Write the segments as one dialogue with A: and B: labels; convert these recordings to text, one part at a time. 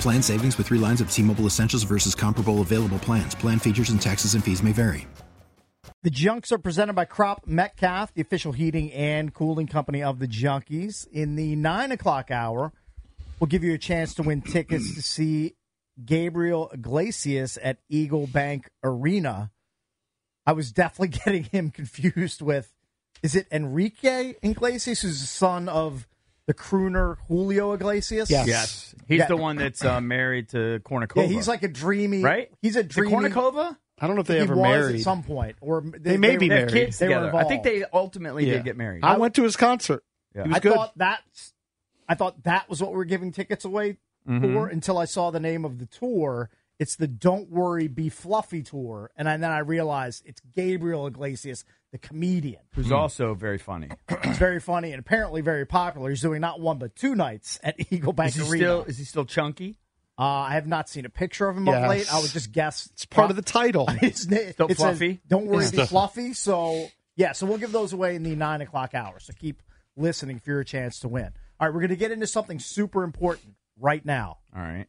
A: Plan savings with three lines of T Mobile Essentials versus comparable available plans. Plan features and taxes and fees may vary.
B: The Junks are presented by Crop Metcalf, the official heating and cooling company of the Junkies. In the nine o'clock hour, we'll give you a chance to win tickets to see Gabriel Iglesias at Eagle Bank Arena. I was definitely getting him confused with is it Enrique Iglesias, who's the son of the crooner Julio Iglesias?
C: Yes.
D: He's
B: Yeah.
D: the one that's uh, married to Kornikova.
B: Yeah, he's like a dreamy.
D: right?
B: He's a
D: To
B: dreamy.
D: Kornikova?
C: I don't know if they
B: he
C: ever
B: was
C: married.
B: at some point, or they,
C: may
B: they
C: be
B: were-
D: They have
C: married.
D: kids
B: They were
D: together. I think
B: involved.
D: they ultimately
C: Yeah.
D: did get married.
C: I went to his concert.
D: Yeah.
C: He was
B: I
C: good.
B: thought that's I thought that was what we were giving tickets away
C: Mm-hmm.
B: for until I saw the name of the tour. It's the Don't Worry Be Fluffy tour, and I- then I realized it's Gabriel Iglesias, the comedian,
D: who's also very funny.
B: He's very funny and apparently very popular. He's doing not one but two nights at Eagle Bank
D: Is he
B: Arena.
D: still is he still chunky?
B: uh, I have not seen a picture of him
C: Yes.
B: of late. I would just guess
C: it's part of the title.
B: His name,
D: Still
B: it says,
D: fluffy?
B: Don't worry, be
C: Yeah.
B: fluffy. So yeah, so we'll give those away in the nine o'clock hour. So keep listening for your chance to win. All right, we're going to get into something super important right now:
D: All right.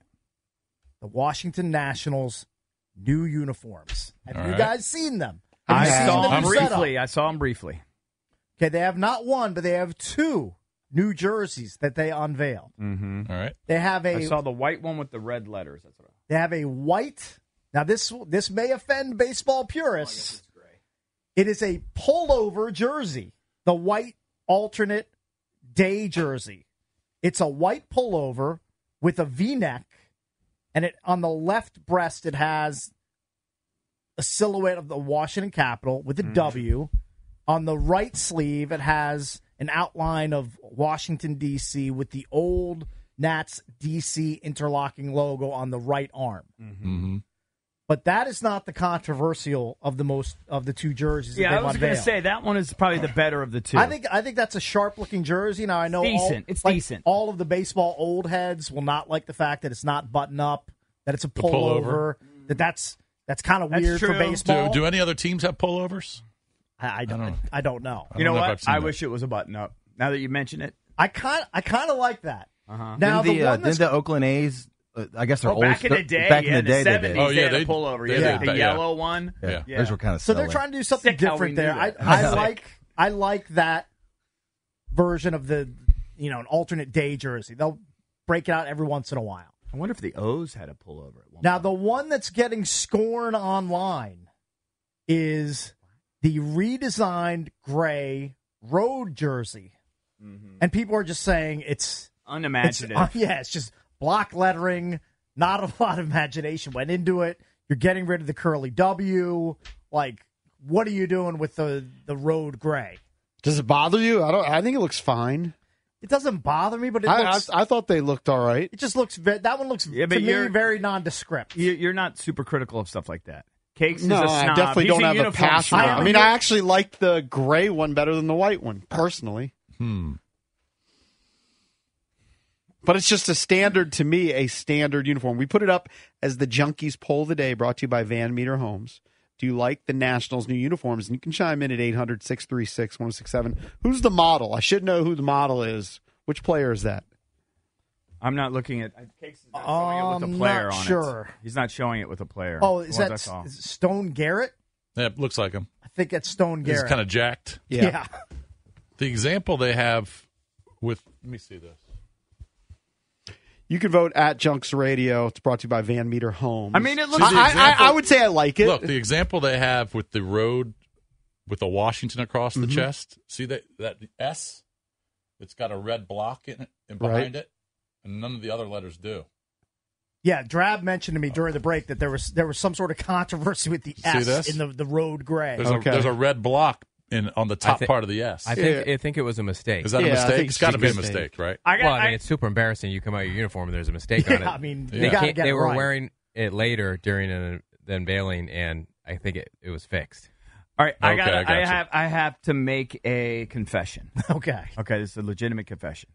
B: the Washington Nationals' new uniforms. Have
E: All
B: you
E: right.
B: guys seen them? Have
D: I
B: you seen
D: saw
B: the
D: him
B: new
D: briefly.
B: setup?
D: I saw him briefly.
B: Okay, they have not one, but they have two new jerseys that they unveiled.
D: Mm-hmm.
E: All right.
B: They have a
D: I saw the white one with the red letters. That's what.
B: They have a white. Now this this may offend baseball purists. It is a pullover jersey, the white alternate day jersey. It's a white pullover with a V-neck, and it on the left breast it has a silhouette of the Washington Capitol with a
D: Mm.
B: W. On the right sleeve, it has an outline of Washington, D.C., with the old Nats D.C. interlocking logo on the right arm.
E: Mm-hmm.
B: But that is not the controversial of the most of the two jerseys.
D: Yeah,
B: that
D: I was
B: going
D: gonna say that one is probably the better of the two.
B: I think I think that's a sharp looking jersey. Now I know all-
D: Decent. It's
B: like,
D: decent.
B: All of the baseball old heads will not like the fact that it's not button up, that it's a pullover,
E: pullover.
B: that that's that's kind of
D: That's
B: weird for
D: true.
B: baseball.
E: Do, do any other teams have pullovers?
B: I, I don't, I
E: I
B: don't
E: don't know.
B: know.
E: I
D: you know
E: don't know if
D: what?
E: I've seen
D: I
E: that.
D: wish it was a button up. Now that you mention it,
B: I kind I kind of like that.
D: uh-huh.
B: Now
F: didn't
B: the
F: the, uh,
B: one that's
F: didn't the Oakland A's, uh, I guess they're
D: Oh,
F: old.
D: back in the day,
F: back in
D: yeah,
F: the day, they
D: '70s,
F: did.
E: Oh, yeah,
D: had a
E: they-
D: pullover.
E: they
D: yeah,
E: did
D: the
E: that, yeah.
D: yellow one.
F: Yeah,
E: Yeah.
F: those were kind of
B: So
F: silly.
B: they're trying to do something
D: Sick how we
B: different
D: knew
B: there. I,
D: that.
B: I
D: Sick.
B: like I like that version of the you know an alternate day jersey. They'll break it out every once in a while.
D: I wonder if the O's had a pullover at one.
B: Now the one that's getting scorn online is the redesigned gray road jersey,
D: Mm-hmm.
B: and people are just saying it's it's-
D: unimaginative.
B: uh, yeah, it's just block lettering. Not a lot of imagination went into it. You're getting rid of the curly W. Like, what are you doing with the the road gray?
C: Does it bother you? I don't. I think it looks fine.
B: It doesn't bother me, but it
C: I,
B: looks.
C: I, I thought they looked all right.
B: it just looks. Ve- that one looks
D: Yeah, but
B: to me
D: you're-
B: very nondescript.
D: You- You're not super critical of stuff like that. Cakes
C: No,
D: is a
C: I
D: snob.
C: definitely
D: He's
C: don't have a
D: uniform
C: passion.
D: snob.
C: I mean, I actually liked the gray one better than the white one personally.
E: Hmm.
C: But it's just a standard to me, a standard uniform. We put it up as the Junkies poll of the day, brought to you by Van Meter Homes. Do you like the Nationals' new uniforms? And you can chime in at 800 636 1067. Who's the model? I should know who the model is. Which player is that?
D: I'm not looking at. Cakes is not showing it with
B: I'm
D: a player
B: not
D: on
B: sure.
D: it. He's not showing it with a player.
B: Oh,
D: The ones
B: is that
D: I
B: S-
D: saw.
B: is it Stone Garrett?
E: Yeah, it looks like him.
B: I think that's Stone
E: He's
B: Garrett.
E: kind of jacked.
B: yeah.
E: The example they have with let me see this.
C: You can vote at Junks Radio. It's brought to you by Van Meter Homes.
D: I mean, it
C: I,
D: looks.
E: the
C: I- I-
E: example-
C: I would say I like it.
E: Look, the example they have with the road with the Washington across the chest. See that that S? It's got a red block in it and behind
C: Right.
E: it, and none of the other letters do.
B: Yeah, Drab mentioned to me during the break that there was there was some sort of controversy with the S
E: this?
B: in the the road gray.
E: There's
C: Okay.
E: a there's a red block in on the top
G: thi-
E: part of the S.
G: I think I think it was a mistake.
E: Is that
C: Yeah, I
E: a mistake?
C: think
E: It's got to
C: it's
E: be
C: a
E: a mistake, right?
B: I got
G: well, I mean,
B: I-
G: it's super embarrassing. You come out of your uniform and there's a mistake on it.
B: yeah, I mean,
E: They
B: you gotta
G: can't-
B: get
G: they
B: it
G: were
B: right.
G: wearing it later during an, the unveiling, and I think it, it was fixed.
D: All right, I
E: Okay,
D: got.
E: I
D: I,
E: gotcha.
D: have. I have to make a confession.
B: Okay,
D: Okay, this is a legitimate confession.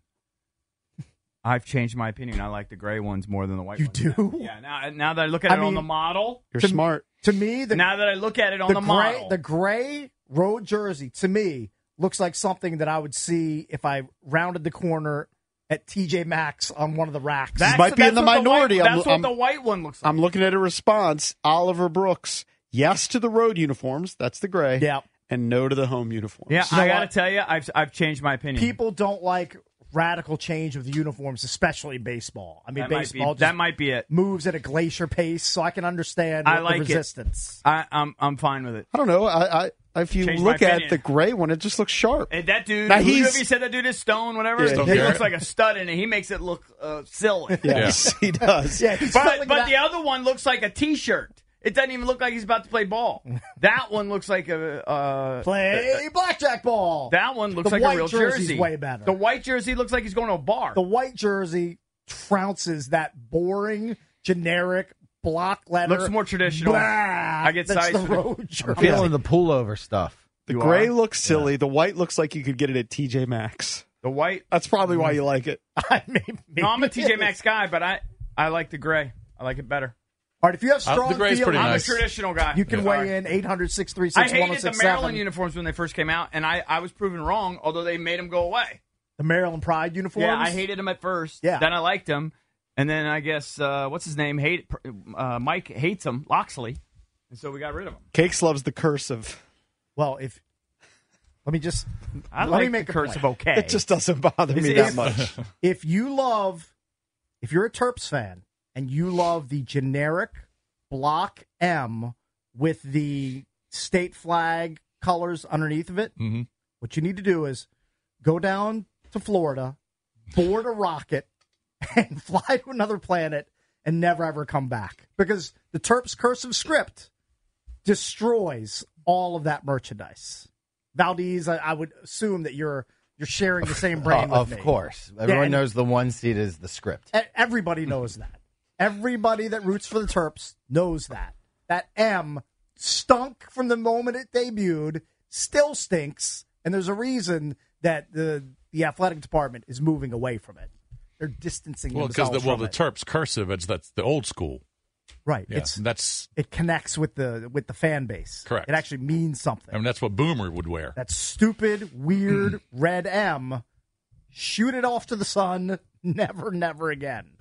D: I've changed my opinion. I like the gray ones more than the white
B: you
D: ones.
B: do.
D: Yeah. Now, now that I look at
B: I
D: it on
B: mean,
D: the model,
C: You're
B: To-
C: smart.
B: To me, the
D: now that I look at it on the,
B: the, gray
D: model,
B: the gray road jersey to me looks like something that I would see if I rounded the corner at TJ Maxx on one of the racks.
C: That- might be
D: that's
C: in the
D: what white-
C: minority. I'm-
D: that's what
C: I'm-
D: the white one looks like.
C: I'm looking at a response. Oliver Brooks. Yes to the road uniforms. That's the gray.
B: yeah,
C: And no to the home uniforms.
D: yeah,
B: know
D: I gotta
B: what?
D: tell you, I've I've changed my opinion.
B: people don't like radical change of the uniforms, especially baseball. I mean,
D: that might be,
B: baseball just
D: that might be it.
B: moves at a glacier pace, so I can understand
D: I
B: the
D: like it.
B: resistance.
D: I, I'm I'm fine with it.
C: I don't know. I, I if you
D: Change my
C: look at
D: opinion.
C: the gray one, it just looks sharp.
D: And that dude,
C: Now
D: whoever you
C: he's-
D: said that dude is Stone, whatever,
C: Yeah. Stone
D: he
E: Garrett.
D: looks like a stud in it. He makes it look uh, silly.
C: yes, he does.
B: Yeah, he's
D: But
B: filling
D: but
B: that-
D: the other one looks like a T-shirt. It doesn't even look like he's about to play ball. That one looks like a. Uh,
B: play blackjack ball.
D: that one looks
B: The
D: like
B: white
D: a real
B: jersey's
D: jersey.
B: way better.
D: The white jersey looks like he's going to a bar.
B: the white jersey trounces that boring, generic block letter.
D: Looks more traditional.
B: Blah,
D: I get
B: that's
D: size for
B: the
D: that.
B: road jersey.
F: Feeling the pullover stuff.
C: The
D: You
C: gray
D: are?
C: looks silly. The white looks like you could get it at TJ Maxx.
D: The white.
C: That's probably
D: Mm.
C: why you like it.
B: I may- maybe
D: No, I'm a
B: it
D: TJ
B: is.
D: Maxx guy, but I I like the gray. I like it better.
B: All right, if you have
E: Uh, the
B: strong
E: gray's pretty
B: feelings,
D: I'm
E: nice.
D: a traditional guy.
B: you can
D: Yeah.
B: weigh in 800
D: I
B: 636
D: hated the
B: 1067.
D: Maryland uniforms when they first came out, and I, I was proven wrong. Although they made them go away.
B: The Maryland Pride uniforms.
D: Yeah, I hated him at first.
B: Yeah.
D: Then I liked him, and then I guess uh, what's his name? Hate uh, Mike hates him, Loxley, and so we got rid of him.
C: Cakes loves the cursive.
B: Well, if. Let me just.
D: I
B: let
D: like
B: me make
D: the
B: a
D: curse of
B: point.
D: okay.
C: It just doesn't bother
D: Is
C: me
D: it-
C: that much.
B: If you love. If you're a Terps fan and you love the generic block M with the state flag colors underneath of it,
F: Mm-hmm.
E: Mhm.
B: What you need to do is go down to Florida, board a rocket, and fly to another planet and never ever come back because the Terps cursive script destroys all of that merchandise. Valdez, I, I would assume that you're you're sharing the same brain
F: Uh,
B: with
F: of
B: me.
F: course, everyone
B: and-
F: knows the one seat is the script.
B: E- Everybody knows that. Everybody that roots for the Terps knows that. That M stunk from the moment it debuted, still stinks, and there's a reason that the the athletic department is moving away from it. They're distancing
E: Well, because
B: themselves
E: the, well,
B: from
E: the
B: it.
E: Terps cursive, it's that's the old school.
B: right.
E: Yeah,
B: It's
E: that's
B: it connects with the with the fan base.
E: Correct.
B: It actually means something.
E: I mean that's what Boomer would wear.
B: that stupid, weird red M. Shoot it off to the sun. Never, never again.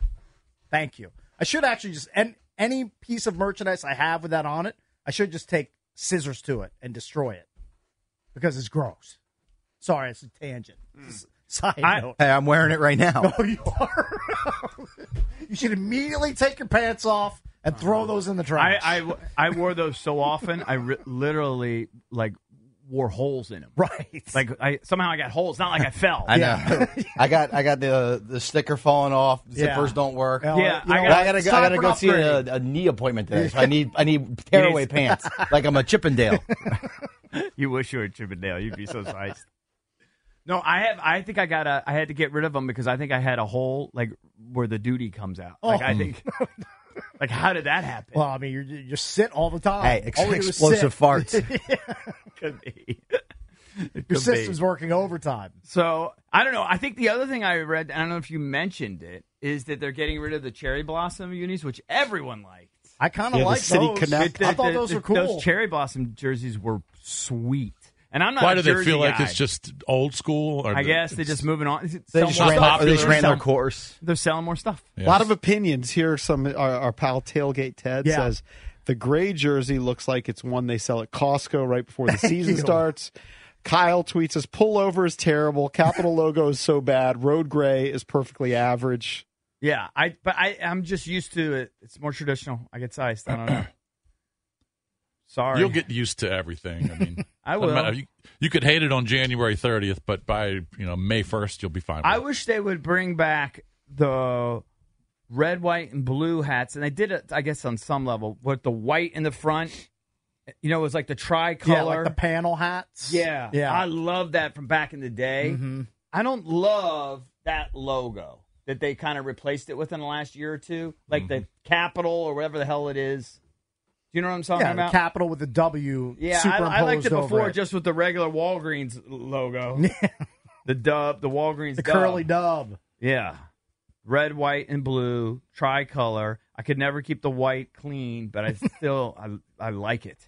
B: Thank you. I should actually just and any piece of merchandise I have with that on it, I should just take scissors to it and destroy it because it's gross. Sorry, it's a tangent. S- Side note.
F: Hmm. Hey, I'm wearing it right now.
B: Oh, you are. you should immediately take your pants off and
F: Uh,
B: throw those in the
D: I,
B: trash.
D: I I wore those so often, I ri literally like wore holes in them.
B: right.
D: Like I somehow I got holes. Not like I fell.
F: I know. I got I got the the sticker falling off.
B: Yeah.
F: Zippers don't work.
B: Now,
D: yeah,
B: you
D: I
B: know
F: I
D: got-
B: what?
F: gotta
B: It's
F: go, I
B: time
F: gotta
B: for
F: go
B: an
F: see a,
B: upgrade.
F: a knee appointment today. So I need I need tearaway pants like I'm a Chippendale.
D: You wish you were Chippendale. You'd be so nice. No, I have. I think I got. to I had to get rid of them because I think I had a hole like where the duty comes out. Like I think. like how did that happen?
B: Oh. Well, I mean, you're you're sit all the time.
F: Hey, ex-
B: All we do is
F: explosive
B: sit.
F: farts.
D: could be.
B: Your system's working overtime.
D: So I don't know. I think the other thing I read, I don't know if you mentioned it, is that they're getting rid of the cherry blossom unis, which everyone liked.
B: I kind of
C: Yeah, the
B: like
C: City
B: those.
C: Connect.
B: I thought those were cool.
D: Those cherry blossom jerseys were sweet, and I'm not.
E: Why
D: a
E: do they
D: jersey
E: feel like
D: guy.
E: it's just old school? Or
D: I
E: the-
D: guess they're
E: it's-
D: just moving on.
F: They just,
E: Someone
F: ran, their- they
E: popular.
F: just ran their course.
D: They're selling more stuff.
E: yeah.
C: A lot of opinions here. Some uh, our, our pal Tailgate Ted
B: Yeah.
C: says the gray jersey looks like it's one they sell at Costco right before the season starts. Kyle tweets us: "Pullover is terrible. Capital logo is so bad. Road gray is perfectly average."
D: Yeah, I but I I'm just used to it. It's more traditional. I get sized. I don't know. Sorry,
E: You'll get used to everything. I mean,
D: I
E: doesn't matter.
D: will.
E: You, you could hate it on January 30th, but by you know May 1st, you'll be fine. With
D: I
E: it.
D: wish they would bring back the red, white, and blue hats, and they did it, I guess, on some level. But the white in the front, you know, it was like the tricolor.
B: Yeah, like the panel hats.
D: yeah,
B: yeah. Mm-hmm.
D: I love that from back in the day. I don't love that logo that they kind of replaced it with in the last year or two, like
B: Mm-hmm.
D: the capital or whatever the hell it is. Do you know what I'm talking
B: yeah, the
D: about?
B: capital with the W.
D: yeah, I,
B: superimposed
D: I liked it
B: over
D: before just with the regular Walgreens logo. the dub, the Walgreens
B: the
D: dub.
B: curly dub.
D: Yeah. Red, white, and blue, tricolor. I could never keep the white clean, but I still I I like it.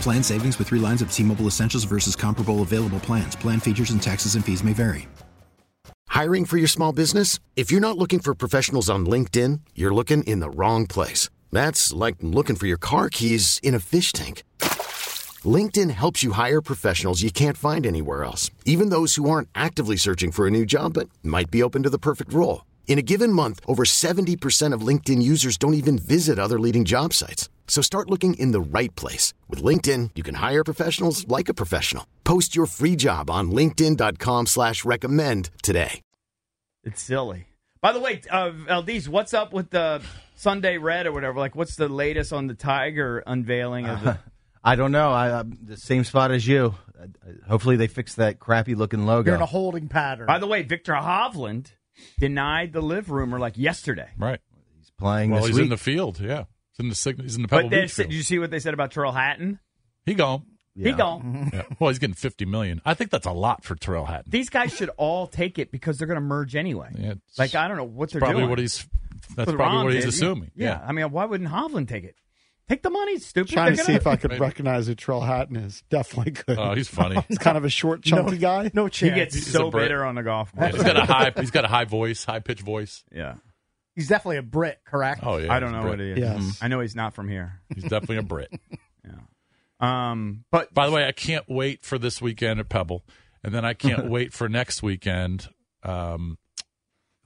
A: Plan savings with three lines of T Mobile Essentials versus comparable available plans. Plan features and taxes and fees may vary.
H: Hiring for your small business? If you're not looking for professionals on LinkedIn, you're looking in the wrong place. That's like looking for your car keys in a fish tank. LinkedIn helps you hire professionals you can't find anywhere else, even those who aren't actively searching for a new job but might be open to the perfect role. In a given month, over 70% of LinkedIn users don't even visit other leading job sites. So start looking in the right place. With LinkedIn, you can hire professionals like a professional. Post your free job on linkedin.com/recommend slash recommend today.
D: It's silly. By the way, uh, LDs, what's up with the Sunday Red or whatever? Like, what's the latest on the Tiger unveiling of the?
B: Uh-huh.
F: I don't know. I i the same spot as you. Uh, uh, hopefully they fix that crappy looking logo.
B: You're in a holding pattern.
D: By the way, Victor Hovland denied the live rumor like yesterday.
E: right.
F: he's playing
E: Well,
F: this
E: he's
F: week.
E: in the field. Yeah, he's in the signal. He's in the Pebble
D: But they,
E: Beach
D: said-
E: field.
D: did you see what they said about Terrell Hatton?
E: He gone.
D: He
F: Yeah.
D: gone.
E: Yeah. Well, he's getting 50 million. I think that's a lot for Terrell Hatton.
D: These guys should all take it because they're going to merge anyway.
E: Yeah, it's
D: like I don't know what they're
E: Probably
D: doing.
E: what he's. That's
D: But
E: probably
D: Ron
E: what he's
D: did.
E: assuming.
D: Yeah. I mean, why wouldn't Hovland take it? Take the money, stupid.
C: Trying to
D: They're
C: see if
D: gonna-
C: I could recognize who Trell Hatton is. Definitely could.
E: Oh, he's funny.
C: he's kind of a short, chunky guy.
B: no
D: He
B: chance.
D: gets
E: He's
D: so
E: a Brit.
D: bitter on the golf
E: Yeah,
D: course.
E: he's got a high. He's got a high voice, high pitched voice.
D: yeah.
B: He's definitely a Brit, correct?
E: Oh yeah.
D: I don't
E: he's a
D: know
E: Brit.
D: what it is.
E: Mm-hmm.
C: Yes.
D: I know he's not from here.
E: He's definitely a Brit.
D: Um, but
E: By the way, I can't wait for this weekend at Pebble, and then I can't wait for next weekend. Um,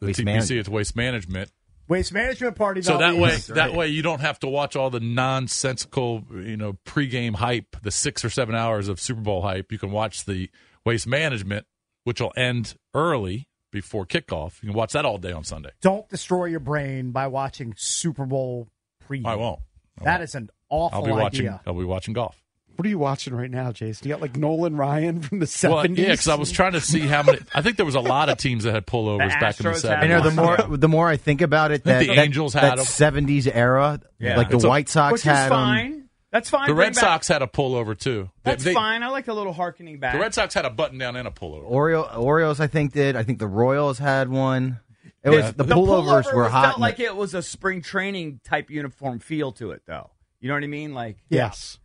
E: the
F: Waste
E: TPC
F: management.
E: it's waste management.
B: Waste management party.
E: So that
B: Valdez.
E: way, that way, you don't have to watch all the nonsensical, you know, pregame hype, the six or seven hours of Super Bowl hype. You can watch the waste management, which will end early before kickoff. You can watch that all day on Sunday.
B: Don't destroy your brain by watching Super Bowl pre.
E: I won't. I
B: That
E: won't.
B: is an
E: I'll
B: awful
E: be watching.
B: idea.
E: I'll be watching golf.
C: What are you watching right now, Jason? You got like Nolan Ryan from the
E: Well,
C: seventies.
E: yeah, because I was trying to see how many. I think there was a lot of teams that had pullovers
D: The
E: back in the
D: Astros
E: seventies.
D: had
F: I know the
D: Yeah.
F: more the more I think about it,
E: I
F: that
E: think the
F: that-
E: Angels
F: that,
E: had 'em.
F: '70s era,
D: Yeah.
F: like the
E: It's a-
F: White Sox
D: which
F: had um,
D: is
F: 'em.
D: fine. That's fine.
E: The
D: Bring
E: Red
D: back-
E: Sox had a pullover too. They-
D: That's
E: they-
D: fine. I like a little harkening back.
E: The Red Sox had a button down and a pullover.
F: Oreo, Orioles, I think did. I think the Royals had one. It was the,
D: the
F: pullovers
D: pullover
F: were
D: was-
F: hot.
D: Felt like it was a spring training type uniform feel to it, though. You know what I mean? Like
C: yes,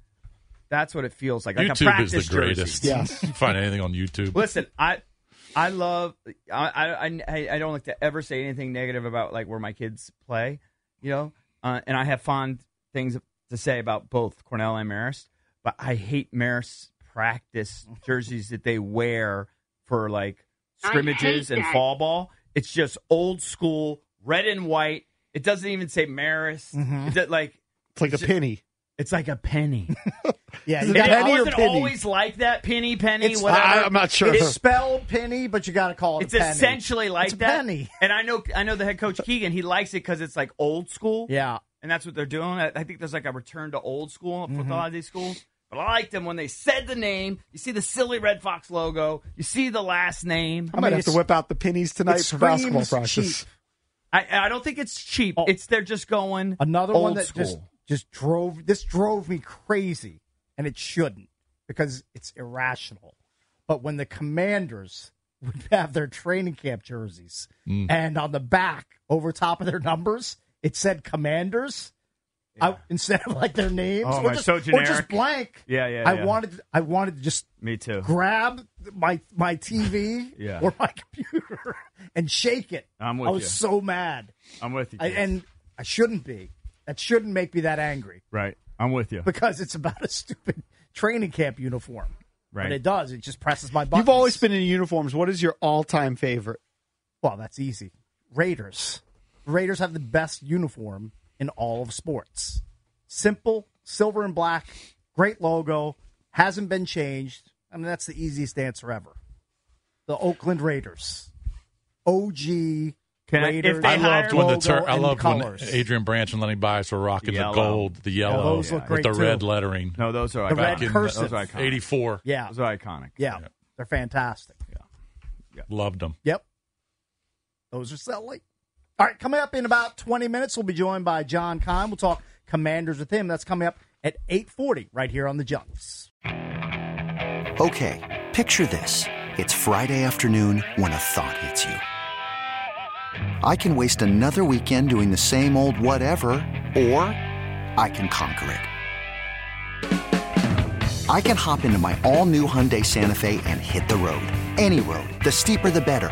D: that's what it feels like. Like a
E: YouTube is
D: practice
E: the greatest.
D: Jersey.
C: Yes.
E: You can find anything on YouTube.
D: Listen, I. I love. I, I I I don't like to ever say anything negative about like where my kids play, you know. Uh, and I have fond things to say about both Cornell and Marist, but I hate Marist practice jerseys that they wear for like scrimmages and fall ball. It's just old school red and white. It doesn't even say Marist.
C: Mm-hmm.
D: It does- like
C: it's like a penny.
D: it's like a penny.
B: Yeah,
C: Is
B: you
C: it
B: got
D: and it
C: penny or
D: wasn't
C: penny?
D: always like that. Penny, penny,
B: It's-
D: whatever.
C: I, am not sure.
B: It's spelled penny, but you got to call it.
D: It's
B: a penny.
D: essentially like
B: It's a
D: that.
B: penny.
D: And I know, I know the head coach Keegan. He likes it because it's like old school.
B: Yeah,
D: and that's what they're doing. I, I think there's like a return to old school with
B: Mm-hmm.
D: a lot of these schools. But I liked them when they said the name. You see the silly Red Fox logo. You see the last name.
C: I might
B: mean,
C: have to
B: it's-
C: whip out the pennies tonight for
B: screams
C: basketball practice.
B: cheap.
D: I, I don't think it's cheap.
B: Oh.
D: It's they're just going
B: Another
D: old
B: one that
D: school.
B: just just drove this drove me crazy, and it shouldn't because it's irrational. But when the commanders would have their training camp jerseys
D: Mm.
B: and on the back over top of their numbers, it said commanders. I, instead of like their names
D: Oh,
B: or,
D: my,
B: just,
D: so
B: or just
D: generic.
B: blank.
D: Yeah, yeah,
B: I
D: yeah.
B: wanted I wanted to just
D: Me too.
B: grab my my TV
D: Yeah.
B: or my computer and shake it.
D: I'm with
B: I was
D: you.
B: so mad.
D: I'm with you.
B: I,
D: Chris.
B: and I shouldn't be. That shouldn't make me that angry
D: right, I'm with you.
B: because it's about a stupid training camp uniform.
D: Right.
B: But it does. It just presses my buttons.
C: You've always been in uniforms. What is your all-time favorite?
B: Well, that's easy. Raiders. Raiders have the best uniform in all of sports. Simple, silver and black, great logo, hasn't been changed. I mean, that's the easiest answer ever. The Oakland Raiders. OG
D: Can I- if
B: Raiders.
D: they
E: I
D: They hired
E: loved when the tur-
B: logo
E: I
B: and
E: loved when
B: colors.
E: Adrian Branch and Lenny Bias were rocking the,
D: Yellow.
E: gold, the yellow,
B: those look
E: with
B: great,
E: the red
B: too.
E: lettering.
D: no, those are
B: The
D: iconic.
B: red cursive.
D: Those are iconic.
E: Eighty four,
B: Yeah.
D: Those are iconic.
B: Yeah. They're fantastic.
E: loved them.
B: Yep. Those are selling. All right, coming up in about 20 minutes, we'll be joined by John Kine. We'll talk commanders with him. That's coming up at 840 right here on the Junks.
I: Okay, picture this. It's Friday afternoon when a thought hits you. I can waste another weekend doing the same old whatever, or I can conquer it. I can hop into my all new Hyundai Santa Fe and hit the road. Any road. The steeper, the better.